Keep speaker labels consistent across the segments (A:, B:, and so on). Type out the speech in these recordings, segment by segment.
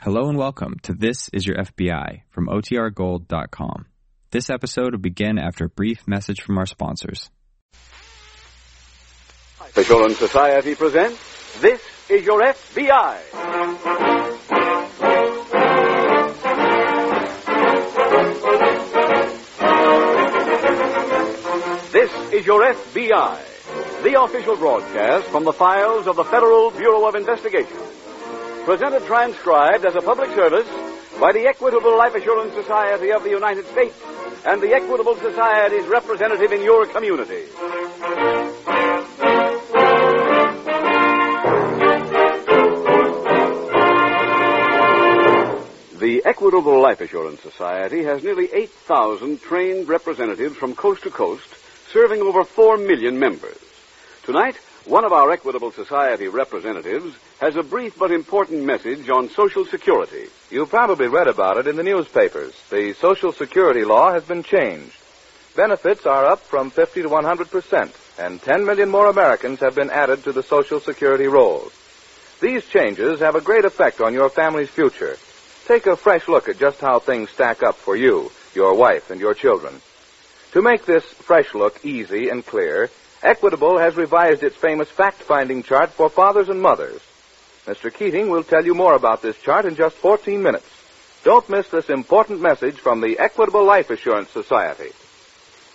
A: Hello and welcome to This Is Your FBI from OTRGold.com. This episode will begin after a brief message from our sponsors.
B: Official and Society presents This is Your FBI. This is Your FBI, the official broadcast from the files of the Federal Bureau of Investigation. Presented transcribed as a public service by the Equitable Life Assurance Society of the United States and the Equitable Society's representative in your community. The Equitable Life Assurance Society has nearly 8,000 trained representatives from coast to coast, serving over 4 million members. Tonight, one of our Equitable Society representatives has a brief but important message on Social Security.
C: You probably read about it in the newspapers. The Social Security law has been changed. Benefits are up from 50 to 100 percent, and 10 million more Americans have been added to the Social Security rolls. These changes have a great effect on your family's future. Take a fresh look at just how things stack up for you, your wife, and your children. To make this fresh look easy and clear, Equitable has revised its famous fact-finding chart for fathers and mothers. Mr. Keating will tell you more about this chart in just 14 minutes. Don't miss this important message from the Equitable Life Assurance Society.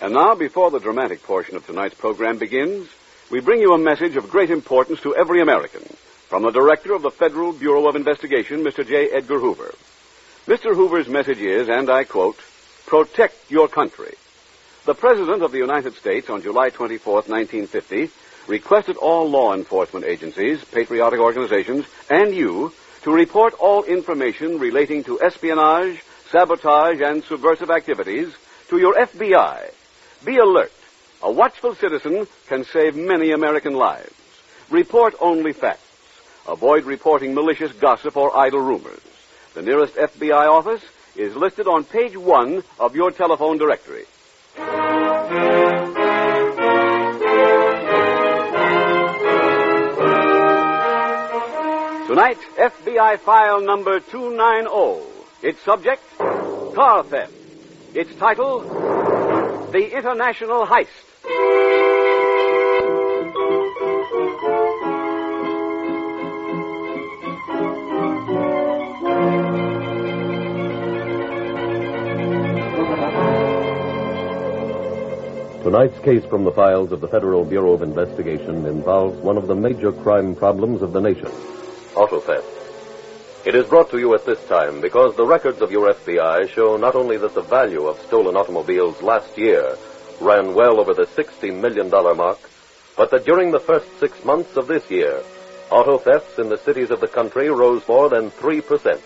B: And now, before the dramatic portion of tonight's program begins, we bring you a message of great importance to every American from the director of the Federal Bureau of Investigation, Mr. J. Edgar Hoover. Mr. Hoover's message is, and I quote, protect your country. The President of the United States on July 24, 1950, requested all law enforcement agencies, patriotic organizations, and you to report all information relating to espionage, sabotage, and subversive activities to your FBI. Be alert. A watchful citizen can save many American lives. Report only facts. Avoid reporting malicious gossip or idle rumors. The nearest FBI office is listed on page one of your telephone directory. Tonight, FBI file number 290. Its subject, car theft. Its title, The International Heist.
D: Tonight's case from the files of the Federal Bureau of Investigation involves one of the major crime problems of the nation auto theft. It is brought to you at this time because the records of your FBI show not only that the value of stolen automobiles last year ran well over the $60 million mark, but that during the first six months of this year, auto thefts in the cities of the country rose more than 3%.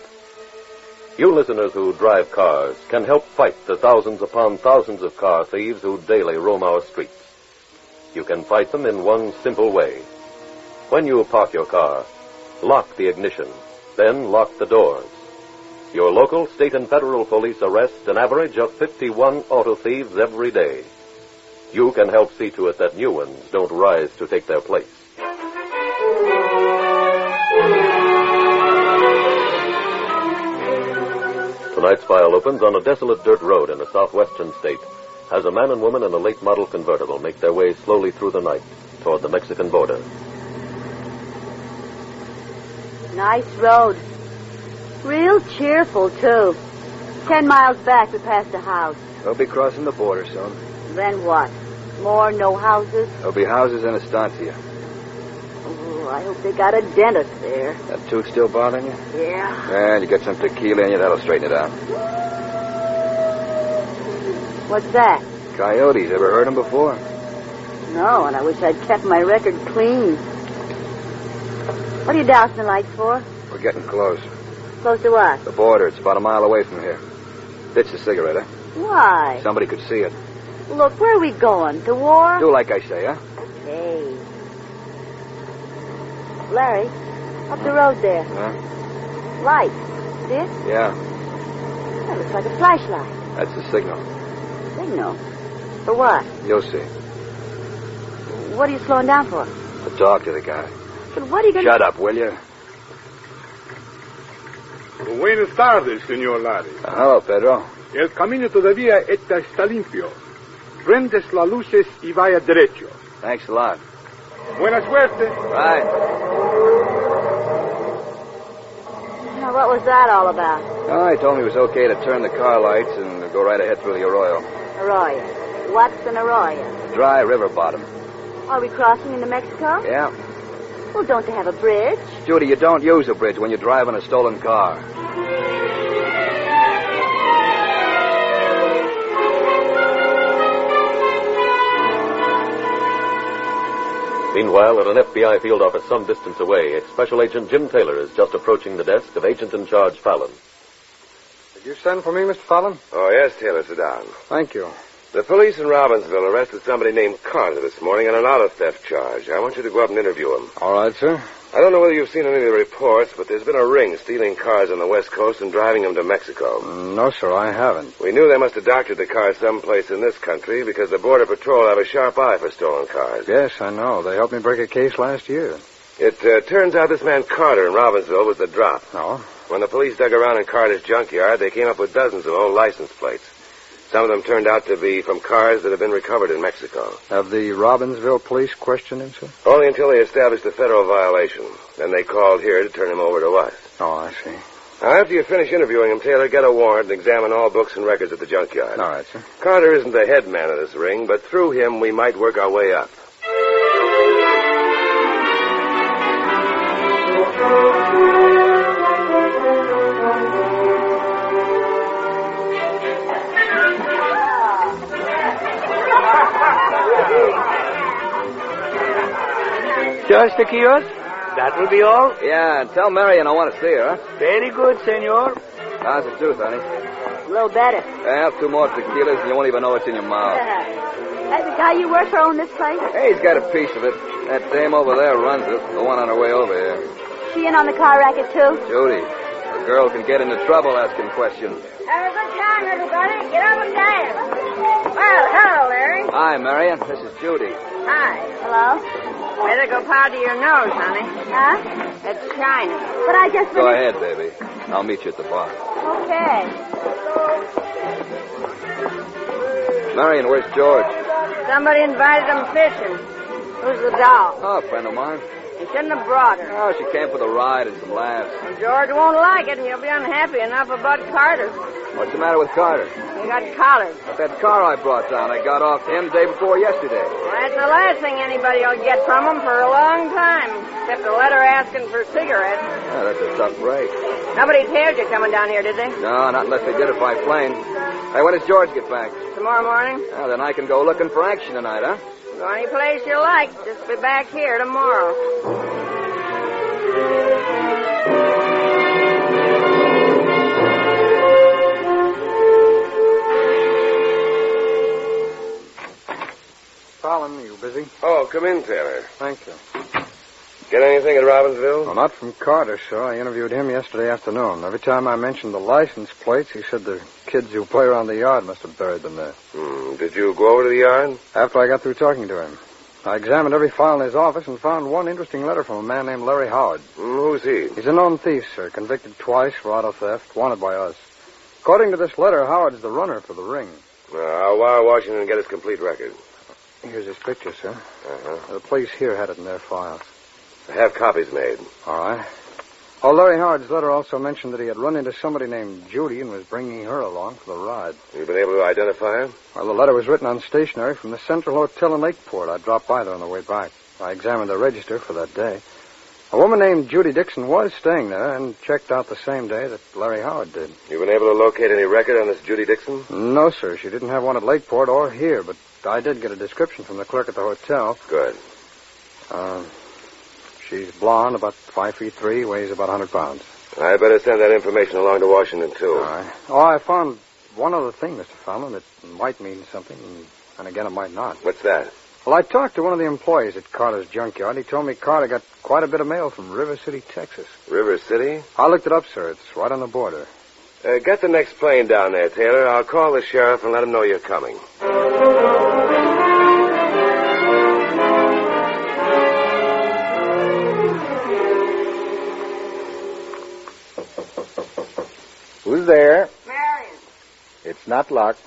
D: You listeners who drive cars can help fight the thousands upon thousands of car thieves who daily roam our streets. You can fight them in one simple way. When you park your car, lock the ignition, then lock the doors. Your local, state, and federal police arrest an average of 51 auto thieves every day. You can help see to it that new ones don't rise to take their place. Tonight's file opens on a desolate dirt road in a southwestern state as a man and woman in a late model convertible make their way slowly through the night toward the Mexican border.
E: Nice road. Real cheerful, too. Ten miles back, we passed a house.
F: They'll be crossing the border soon.
E: Then what? More no houses?
F: There'll be houses in Estancia.
E: Oh, I hope they got a dentist there.
F: That tooth still bothering you?
E: Yeah.
F: Well, you got some tequila in you, that'll straighten it out.
E: What's that?
F: Coyotes, ever heard 'em before?
E: No, and I wish I'd kept my record clean. What are you dousing the lights for?
F: We're getting close.
E: Close to us.
F: The border, it's about a mile away from here. Ditch the cigarette, huh?
E: Why?
F: Somebody could see it.
E: Look, where are we going? To war?
F: Do like I say, eh? huh?
E: Hey. Larry, up the road there.
F: Huh?
E: Light. See it?
F: Yeah,
E: That looks like a flashlight.
F: that's the signal.
E: Signal. For what?
F: You'll see.
E: What are you slowing down for?
F: I'll talk to the guy.
E: But what are you going to...
F: Shut up, will you?
G: Buenas tardes, señor Lares.
F: Ah, hello, Pedro.
G: El camino todavía está, está limpio. Prendes las luces y vaya derecho.
F: Thanks a lot.
G: Buena suerte.
F: Right.
E: Now, what was that all about?
F: Oh, he told me it was okay to turn the car lights and go right ahead through the arroyo.
E: Arroyo. What's an arroyo?
F: Dry river bottom.
E: Are we crossing into Mexico?
F: Yeah.
E: Well, don't they have a bridge?
F: Judy, you don't use a bridge when you're driving a stolen car.
D: Meanwhile, at an FBI field office some distance away, Special Agent Jim Taylor is just approaching the desk of Agent in Charge Fallon.
F: Did you send for me, Mr. Fallon?
H: Oh, yes, Taylor, sit down.
F: Thank you.
H: The police in Robbinsville arrested somebody named Carter this morning on an auto theft charge. I want you to go up and interview him.
F: All right, sir.
H: I don't know whether you've seen any of the reports, but there's been a ring stealing cars on the West Coast and driving them to Mexico.
F: Mm, No, sir, I haven't.
H: We knew they must have doctored the car someplace in this country because the Border Patrol have a sharp eye for stolen cars.
F: Yes, I know. They helped me break a case last year.
H: It uh, turns out this man Carter in Robbinsville was the drop.
F: No.
H: When the police dug around in Carter's junkyard, they came up with dozens of old license plates. Some of them turned out to be from cars that have been recovered in Mexico.
F: Have the Robbinsville police questioned him, sir?
H: Only until they established a federal violation. Then they called here to turn him over to us.
F: Oh, I see.
H: Now, after you finish interviewing him, Taylor, get a warrant and examine all books and records at the junkyard.
F: All right, sir.
H: Carter isn't the head man of this ring, but through him we might work our way up.
I: Just the kiosk? That will be all.
F: Yeah, tell Marion I want to see her.
I: Very good, senor.
F: How's the tooth, honey?
E: A little better.
F: I have two more tequilas and you won't even know what's in your mouth.
E: That's the guy you work for own this place?
F: Hey, he's got a piece of it. That dame over there runs it, the one on her way over here.
E: She in on the car racket, too?
F: Judy, a girl can get into trouble asking questions.
E: Have a good time, everybody. Get up and dance. Well, hello, Larry.
F: Hi, Marion. This is Judy.
E: Hi. Hello.
J: Better go powder your nose, honey.
E: Huh?
J: It's shiny.
E: But I just
F: Go
E: finished.
F: ahead, baby. I'll meet you at the bar.
E: Okay.
F: Marion, where's George?
J: Somebody invited him fishing. Who's the doll?
F: Oh, a friend of mine.
J: You shouldn't have brought her.
F: Oh, she came for the ride and some laughs.
J: George won't like it, and you'll be unhappy enough about Carter.
F: What's the matter with Carter?
J: You got collared.
F: That car I brought down, I got off him day before yesterday.
J: Well, that's the last thing anybody will get from him for a long time, except a letter asking for cigarettes.
F: Yeah, that's a tough break.
J: Nobody tailed you coming down here, did they?
F: No, not unless they did it by plane. Hey, when does George get back?
J: Tomorrow morning?
F: Well, then I can go looking for action tonight, huh?
J: Go any place you like. Just be back here tomorrow.
F: Fallon, you busy?
H: Oh, come in, Taylor.
F: Thank you.
H: Get anything at Robbinsville?
F: Well, not from Carter, sir. I interviewed him yesterday afternoon. Every time I mentioned the license plates, he said the kids who play around the yard must have buried them there.
H: Hmm. Did you go over to the yard?
F: After I got through talking to him, I examined every file in his office and found one interesting letter from a man named Larry Howard.
H: Hmm, who's he?
F: He's a known thief, sir, convicted twice for auto theft, wanted by us. According to this letter, Howard's the runner for the ring.
H: Uh, I'll wire Washington and get his complete record.
F: Here's his picture, sir.
H: Uh-huh.
F: The police here had it in their files.
H: Have copies made.
F: All right. Oh, Larry Howard's letter also mentioned that he had run into somebody named Judy and was bringing her along for the ride.
H: You've been able to identify him?
F: Well, the letter was written on stationery from the Central Hotel in Lakeport. I dropped by there on the way back. I examined the register for that day. A woman named Judy Dixon was staying there and checked out the same day that Larry Howard did.
H: You've been able to locate any record on this Judy Dixon?
F: No, sir. She didn't have one at Lakeport or here, but I did get a description from the clerk at the hotel.
H: Good.
F: Uh, she's blonde, about five feet three, weighs about a 100 pounds.
H: I better send that information along to Washington, too.
F: All right. Oh, I found one other thing, Mr. Fallon, that might mean something, and- and again, it might not.
H: What's that?
F: Well, I talked to one of the employees at Carter's junkyard. He told me Carter got quite a bit of mail from River City, Texas.
H: River City?
F: I looked it up, sir. It's right on the border.
H: Uh, get the next plane down there, Taylor. I'll call the sheriff and let him know you're coming.
K: Who's there?
J: Marion.
K: It's not locked.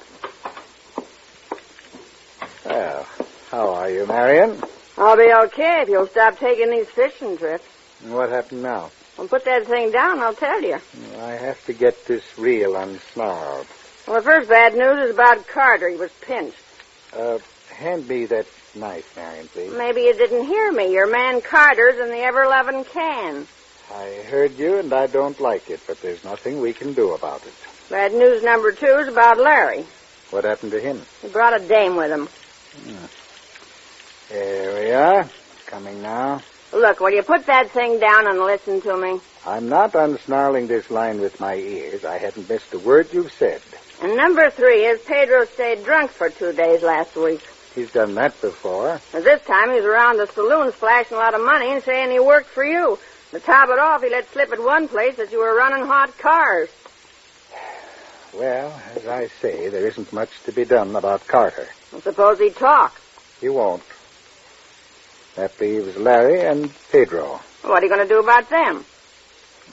K: Well, how are you, Marion?
J: I'll be okay if you'll stop taking these fishing trips.
K: And What happened now?
J: Well, put that thing down, I'll tell you.
K: I have to get this reel unsnarled.
J: Well, the first bad news is about Carter. He was pinched.
K: Uh, hand me that knife, Marion, please.
J: Maybe you didn't hear me. Your man Carter's in the ever-loving can.
K: I heard you, and I don't like it, but there's nothing we can do about it.
J: Bad news number two is about Larry.
K: What happened to him?
J: He brought a dame with him.
K: Here we are. Coming now.
J: Look, will you put that thing down and listen to me?
K: I'm not unsnarling this line with my ears. I haven't missed a word you've said.
J: And number three is Pedro stayed drunk for two days last week.
K: He's done that before.
J: And This time he was around the saloons flashing a lot of money and saying he worked for you. To top it off, he let slip at one place that you were running hot cars.
K: Well, as I say, there isn't much to be done about Carter.
J: I suppose he talked.
K: He won't. That leaves Larry and Pedro.
J: What are you going to do about them?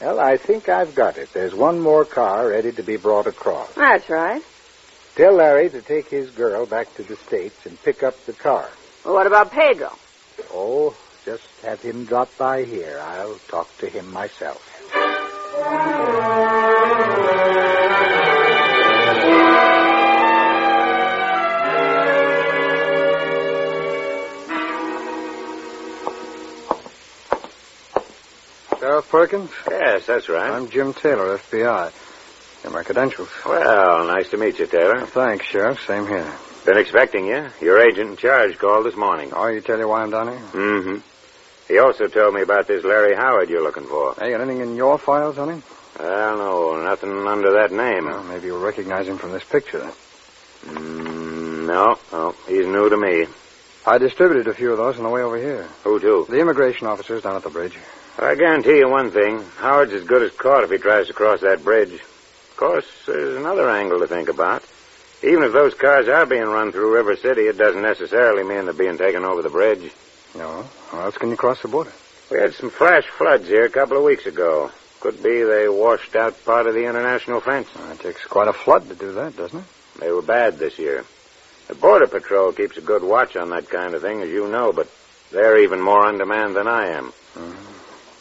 K: Well, I think I've got it. There's one more car ready to be brought across.
J: That's right.
K: Tell Larry to take his girl back to the States and pick up the car.
J: Well, what about Pedro?
K: Oh, just have him drop by here. I'll talk to him myself.
F: Sheriff Perkins?
I: Yes, that's right.
F: I'm Jim Taylor, FBI. You're my credentials.
I: Well, nice to meet you, Taylor.
F: Thanks, Sheriff. Same here.
I: Been expecting you. Your agent in charge called this morning.
F: Oh, you tell you why I'm down here?
I: Mm-hmm. He also told me about this Larry Howard you're looking for.
F: Hey, got anything in your files on him?
I: Well, no, nothing under that name.
F: Well, maybe you'll recognize him from this picture. Then.
I: Mm, no, no, he's new to me.
F: I distributed a few of those on the way over here.
I: Who to?
F: The immigration officers down at the bridge.
I: I guarantee you one thing. Howard's as good as caught if he tries to cross that bridge. Of course, there's another angle to think about. Even if those cars are being run through River City, it doesn't necessarily mean they're being taken over the bridge.
F: No. How else can you cross the border?
I: We had some flash floods here a couple of weeks ago. Could be they washed out part of the international fence.
F: It takes quite a flood to do that, doesn't it?
I: They were bad this year. The Border Patrol keeps a good watch on that kind of thing, as you know, but they're even more on demand than I am.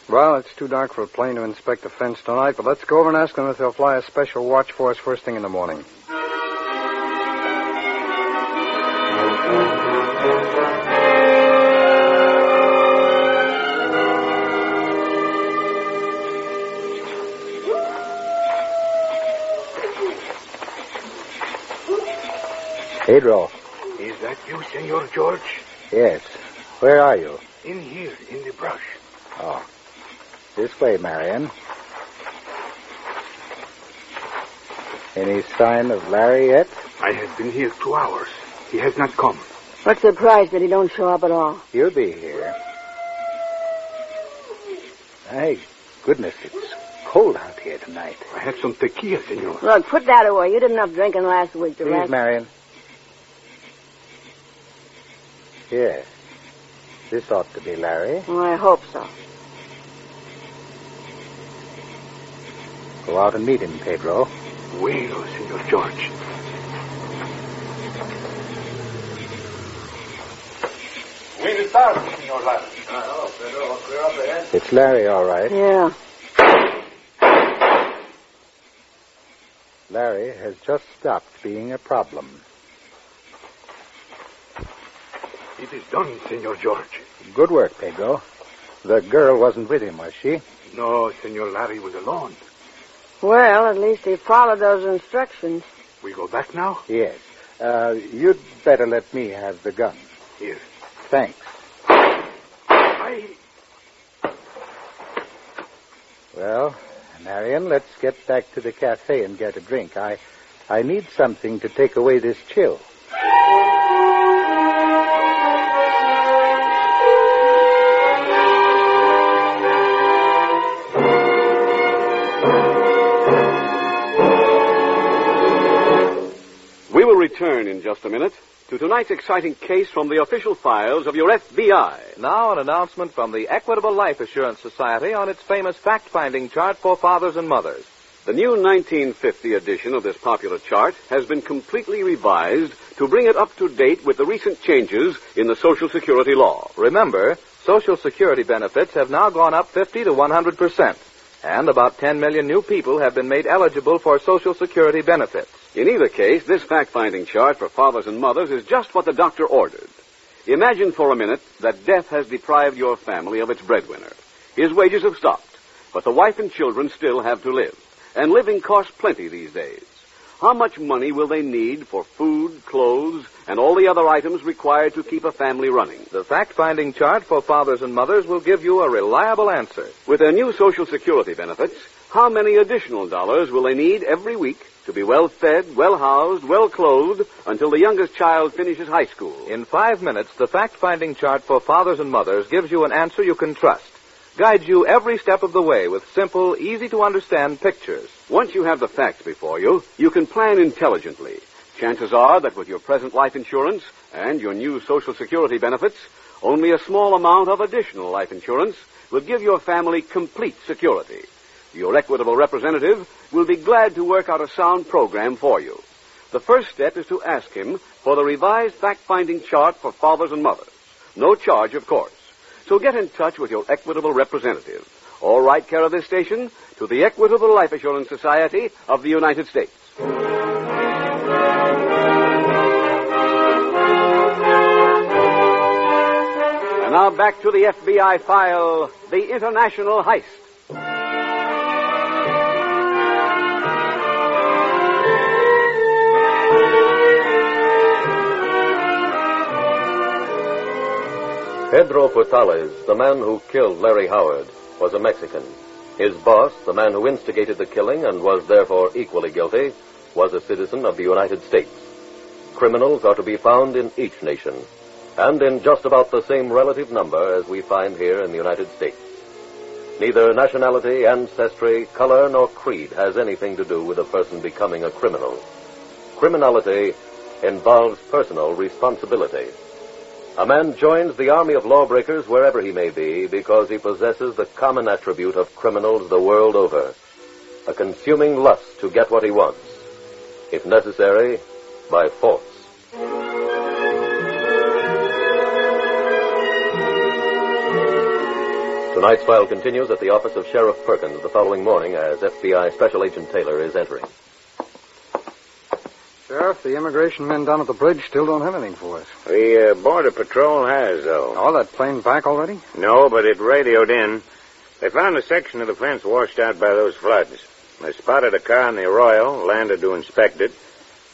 F: Well, it's too dark for a plane to inspect the fence tonight, but let's go over and ask them if they'll fly a special watch for us first thing in the morning.
K: Pedro.
L: Is that you, Senor George?
K: Yes. Where are you?
L: In here, in the brush.
K: Oh. This way, Marion. Any sign of Larry yet?
L: I have been here two hours. He has not come.
E: What's the price that he don't show up at all?
K: He'll be here. My goodness, it's cold out here tonight.
L: I had some tequila, senor.
E: Look, put that away. You did enough drinking last week to
K: Please,
E: last.
K: Marion. Yes. This ought to be Larry.
E: Well, I hope so.
K: Go out and meet him, Pedro.
L: Bueno, senor George.
I: Buenas tardes, Senor Larry. clear up ahead.
K: It's Larry, all right.
E: Yeah.
K: Larry has just stopped being a problem.
L: It is done, senor George.
K: Good work, Pedro. The girl wasn't with him, was she?
L: No, senor Larry was alone.
E: Well, at least he followed those instructions.
L: We go back now?
K: Yes. Uh, you'd better let me have the gun.
L: Here.
K: Thanks.
L: I...
K: Well, Marion, let's get back to the cafe and get a drink. I, I need something to take away this chill.
B: We will return in just a minute to tonight's exciting case from the official files of your FBI.
C: Now, an announcement from the Equitable Life Assurance Society on its famous fact finding chart for fathers and mothers.
B: The new 1950 edition of this popular chart has been completely revised to bring it up to date with the recent changes in the Social Security law.
C: Remember, Social Security benefits have now gone up 50 to 100%, and about 10 million new people have been made eligible for Social Security benefits.
B: In either case, this fact-finding chart for fathers and mothers is just what the doctor ordered. Imagine for a minute that death has deprived your family of its breadwinner. His wages have stopped, but the wife and children still have to live. And living costs plenty these days. How much money will they need for food, clothes, and all the other items required to keep a family running?
C: The fact finding chart for fathers and mothers will give you a reliable answer.
B: With their new Social Security benefits, how many additional dollars will they need every week to be well fed, well housed, well clothed until the youngest child finishes high school?
C: In five minutes, the fact finding chart for fathers and mothers gives you an answer you can trust, guides you every step of the way with simple, easy to understand pictures.
B: Once you have the facts before you, you can plan intelligently. Chances are that with your present life insurance and your new Social Security benefits, only a small amount of additional life insurance will give your family complete security. Your equitable representative will be glad to work out a sound program for you. The first step is to ask him for the revised fact-finding chart for fathers and mothers. No charge, of course. So get in touch with your equitable representative. Or write care of this station to the Equitable Life Assurance Society of the United States. And now back to the FBI file, the international heist.
D: Pedro Portales, the man who killed Larry Howard, was a Mexican. His boss, the man who instigated the killing and was therefore equally guilty, was a citizen of the United States. Criminals are to be found in each nation, and in just about the same relative number as we find here in the United States. Neither nationality, ancestry, color, nor creed has anything to do with a person becoming a criminal. Criminality involves personal responsibility. A man joins the army of lawbreakers wherever he may be because he possesses the common attribute of criminals the world over a consuming lust to get what he wants, if necessary, by force. Tonight's file continues at the office of Sheriff Perkins the following morning as FBI Special Agent Taylor is entering.
F: Sheriff, the immigration men down at the bridge still don't have anything for us.
I: The uh, Border Patrol has, though.
F: Oh, that plane back already?
I: No, but it radioed in. They found a section of the fence washed out by those floods. They spotted a car in the arroyo, landed to inspect it.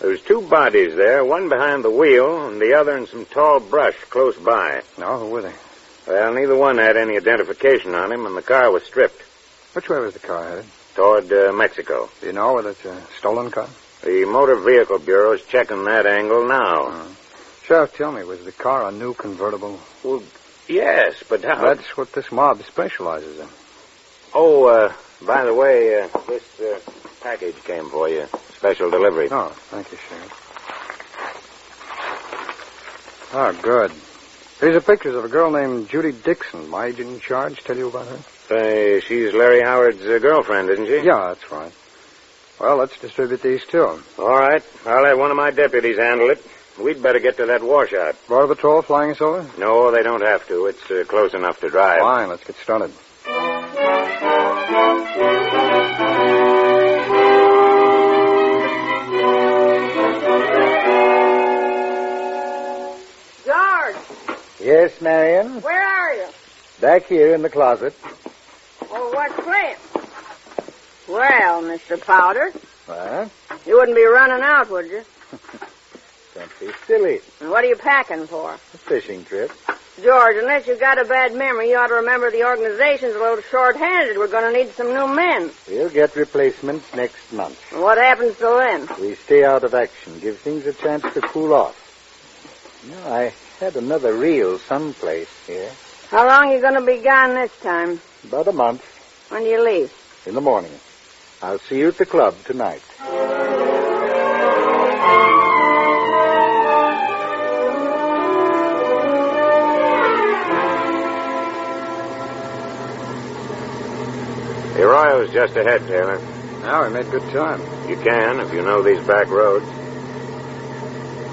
I: There was two bodies there, one behind the wheel and the other in some tall brush close by.
F: No, who were they?
I: Well, neither one had any identification on him, and the car was stripped.
F: Which way was the car headed?
I: Toward uh, Mexico.
F: Do you know whether it's a stolen car?
I: The Motor Vehicle Bureau's checking that angle now. Uh-huh.
F: Mm-hmm. Sheriff, tell me, was the car a new convertible?
I: Well, yes, but how...
K: Uh-huh.
F: That's what this mob specializes in.
I: Oh, uh, by the way, uh, this uh, package came for you. Special delivery.
F: Oh, thank you, Sheriff. Oh, good. These are pictures of a girl named Judy Dixon. My agent in charge tell you about her?
I: Say, she's Larry Howard's uh, girlfriend, isn't she?
F: Yeah, that's right. Well, let's distribute these too.
I: All right. I'll have one of my deputies handle it. We'd better get to that washout.
F: Border Patrol flying us over?
I: No, they don't have to. It's uh, close enough to drive.
F: Fine. Let's get started.
J: George!
K: Yes, Marion?
J: Where are you?
K: Back here in the closet.
J: Well, what's playing? Well, Mr. Powder.
K: What?
J: You wouldn't be running out, would you?
K: Don't be silly.
J: And what are you packing for? A
K: fishing trip.
J: George, unless you've got a bad memory, you ought to remember the organization's a little short-handed. We're going to need some new men.
K: We'll get replacements next month.
J: And what happens till then?
K: We stay out of action, give things a chance to cool off. You know, I had another reel someplace here.
J: How long are you going to be gone this time?
K: About a month.
J: When do you leave?
K: In the morning. I'll see you at the club tonight.
I: The arroyo's just ahead, Taylor.
F: Now we made good time.
I: You can, if you know these back roads.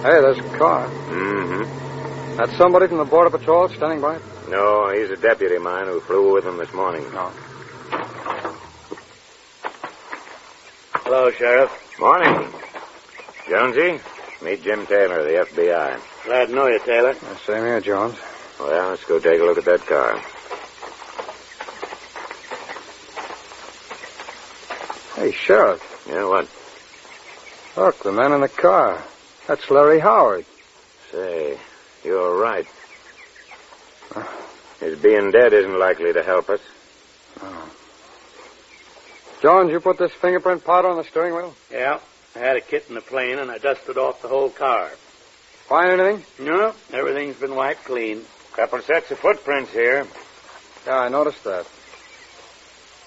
F: Hey, there's a car.
I: Mm-hmm.
F: That's somebody from the Border Patrol standing by?
I: No, he's a deputy of mine who flew with him this morning.
F: No.
I: Hello, Sheriff. Morning. Jonesy, meet Jim Taylor, the FBI. Glad to know you, Taylor.
F: Same here, Jones.
I: Well, let's go take a look at that car.
F: Hey, Sheriff,
I: Yeah, what?
F: look, the man in the car. That's Larry Howard.
I: Say, you're right. His being dead isn't likely to help us.
F: Jones, you put this fingerprint powder on the steering wheel?
M: Yeah, I had a kit in the plane, and I dusted off the whole car.
F: Find anything?
M: No, everything's been wiped clean.
I: Couple sets of footprints here.
F: Yeah, I noticed that.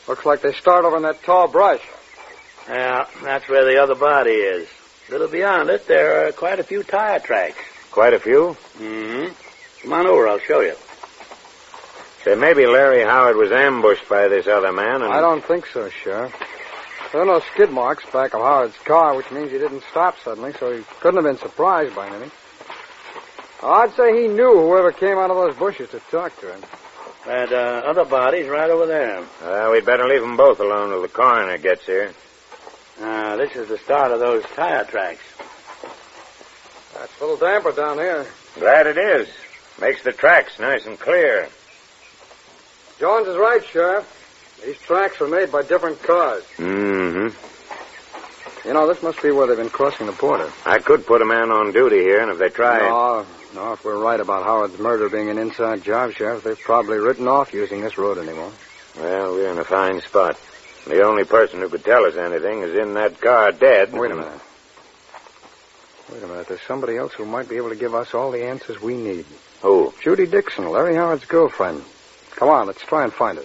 F: Looks like they start over in that tall brush.
M: Yeah, that's where the other body is. A little beyond it, there are quite a few tire tracks.
I: Quite a few.
M: Mm-hmm. Come on over, I'll show you.
I: Say, maybe Larry Howard was ambushed by this other man and...
F: I don't think so, Sheriff. There are no skid marks back of Howard's car, which means he didn't stop suddenly, so he couldn't have been surprised by anything. I'd say he knew whoever came out of those bushes to talk to him.
M: That uh, other body's right over there.
I: Uh, we'd better leave them both alone till the coroner gets here.
M: Uh, this is the start of those tire tracks.
F: That's a little damper down here.
I: Glad it is. Makes the tracks nice and clear.
F: Jones is right, Sheriff. These tracks were made by different cars.
I: Mm-hmm.
F: You know, this must be where they've been crossing the border.
I: I could put a man on duty here, and if they try...
F: No, no, if we're right about Howard's murder being an inside job, Sheriff, they've probably written off using this road anymore.
I: Well, we're in a fine spot. The only person who could tell us anything is in that car dead.
F: Wait a minute. Wait a minute. There's somebody else who might be able to give us all the answers we need.
I: Who?
F: Judy Dixon, Larry Howard's girlfriend. Come on, let's try and find her.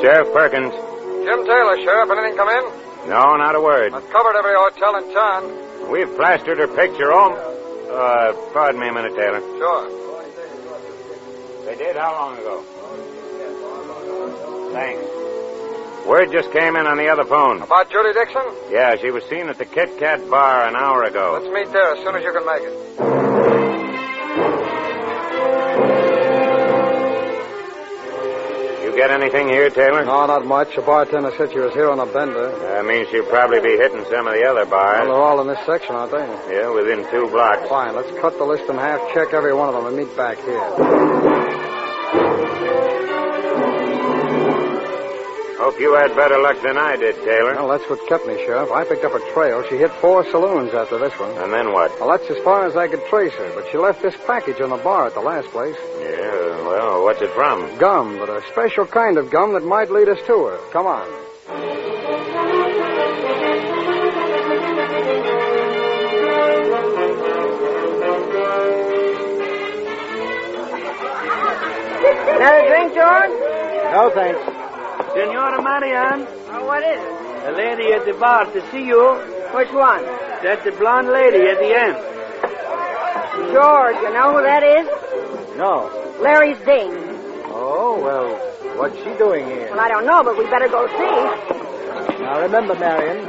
I: Sheriff Perkins.
F: Jim Taylor, Sheriff. Anything come in?
I: No, not a word.
F: I've covered every hotel in town.
I: We've plastered her picture on. Uh, pardon me a minute, Taylor.
F: Sure.
I: They did? How long ago? Thanks. Word just came in on the other phone.
F: About Judy Dixon?
I: Yeah, she was seen at the Kit Kat bar an hour ago.
F: Let's meet there as soon as you can make it.
I: You get anything here, Taylor?
F: No, not much. A bartender said she was here on a bender.
I: That means she'll probably be hitting some of the other
F: Well,
I: bars.
F: they're all in this section, aren't they?
I: Yeah, within two blocks.
F: Fine. Let's cut the list in half, check every one of them, and meet back here.
I: Hope you had better luck than I did, Taylor.
F: Well, that's what kept me, Sheriff. I picked up a trail. She hit four saloons after this one.
I: And then what?
F: Well, that's as far as I could trace her, but she left this package on the bar at the last place.
I: Yeah, well, what's it from?
F: Gum, but a special kind of gum that might lead us to her. Come on.
J: Another drink, George?
K: No, thanks.
M: Senora Marian,
J: Oh, what is it?
M: the lady at the bar to see you.
J: Which one?
M: That's the blonde lady at the end.
J: George, you know who that is?
K: No.
J: Larry's Ding.
K: Oh, well, what's she doing here?
J: Well, I don't know, but we better go see.
K: Now, remember, Marion,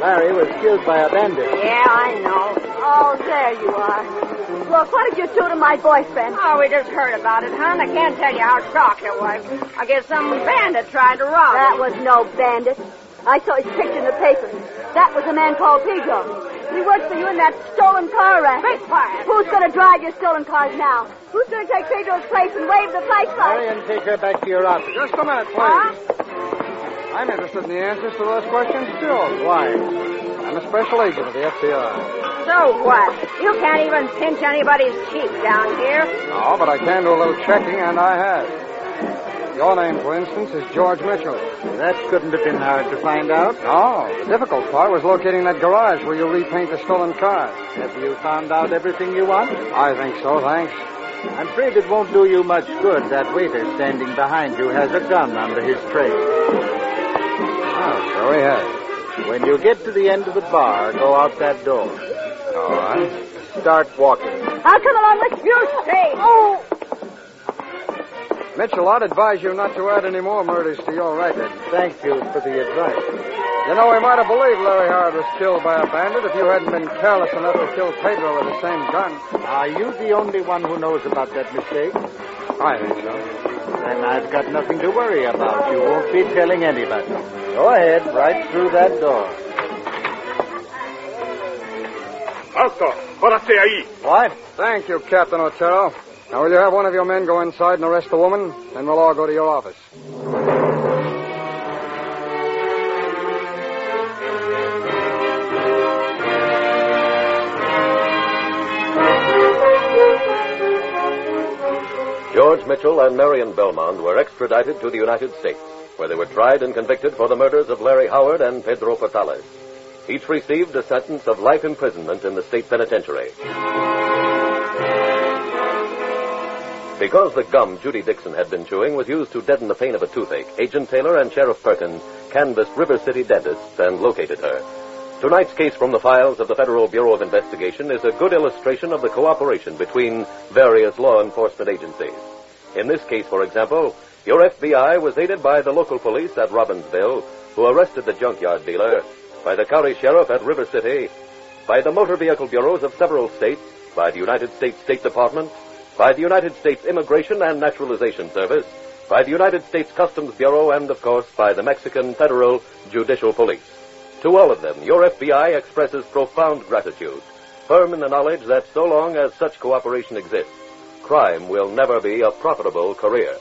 K: Larry was killed by a bandit.
J: Yeah, I know.
E: Oh, there you are. Look, what did you do to my boyfriend?
J: Oh, we just heard about it, hon. I can't tell you how shocked I was. I guess some bandit tried to rob
E: That
J: him.
E: was no bandit. I saw his picture in the paper. That was a man called Pigo. He worked for you in that stolen car racket.
J: Be quiet.
E: Who's going to drive your stolen cars now? Who's going to take Pedro's place and wave the flag flag?
K: Marion, take her back to your office.
F: Just a minute, please.
E: Huh?
F: I'm interested in the answers to those questions, too. Why? I'm a special agent of the FBI.
J: So what? You can't even pinch anybody's cheek down here.
F: No, but I can do a little checking, and I have. Your name, for instance, is George Mitchell.
K: That couldn't have been hard to find out.
F: No, the difficult part was locating that garage where you repaint the stolen cars.
K: Have you found out everything you want?
F: I think so, thanks.
K: I'm afraid it won't do you much good. That waiter standing behind you has a gun under his tray.
F: Oh, so we have.
K: When you get to the end of the bar, go out that door.
F: All right.
C: start walking.
J: I'll come along with you. Hey. Oh.
F: Mitchell, I'd advise you not to add any more murders to your record. Thank you for the advice. You know, we might have believed Larry Howard was killed by a bandit if you hadn't been careless enough to kill Pedro with the same gun.
K: Are you the only one who knows about that mistake?
F: I think so.
K: Then I've got nothing to worry about. You won't be telling anybody. Go ahead, right through that door.
G: Alto, pórate ahí.
F: What? Thank you, Captain Otero. Now, will you have one of your men go inside and arrest the woman? Then we'll all go to your office.
D: George Mitchell and Marion Belmont were extradited to the United States, where they were tried and convicted for the murders of Larry Howard and Pedro Portales. Each received a sentence of life imprisonment in the state penitentiary. Because the gum Judy Dixon had been chewing was used to deaden the pain of a toothache, Agent Taylor and Sheriff Perkins canvassed River City dentists and located her. Tonight's case from the files of the Federal Bureau of Investigation is a good illustration of the cooperation between various law enforcement agencies. In this case, for example, your FBI was aided by the local police at Robbinsville, who arrested the junkyard dealer, by the county sheriff at River City, by the motor vehicle bureaus of several states, by the United States State Department, by the United States Immigration and Naturalization Service, by the United States Customs Bureau, and of course by the Mexican Federal Judicial Police. To all of them, your FBI expresses profound gratitude, firm in the knowledge that so long as such cooperation exists, crime will never be a profitable career.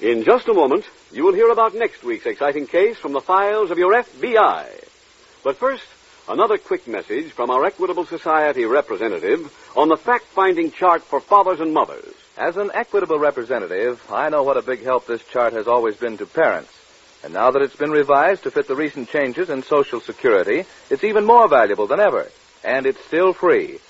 B: In just a moment, you will hear about next week's exciting case from the files of your FBI. But first, another quick message from our Equitable Society representative on the fact finding chart for fathers and mothers.
C: As an equitable representative, I know what a big help this chart has always been to parents. And now that it's been revised to fit the recent changes in Social Security, it's even more valuable than ever. And it's still free.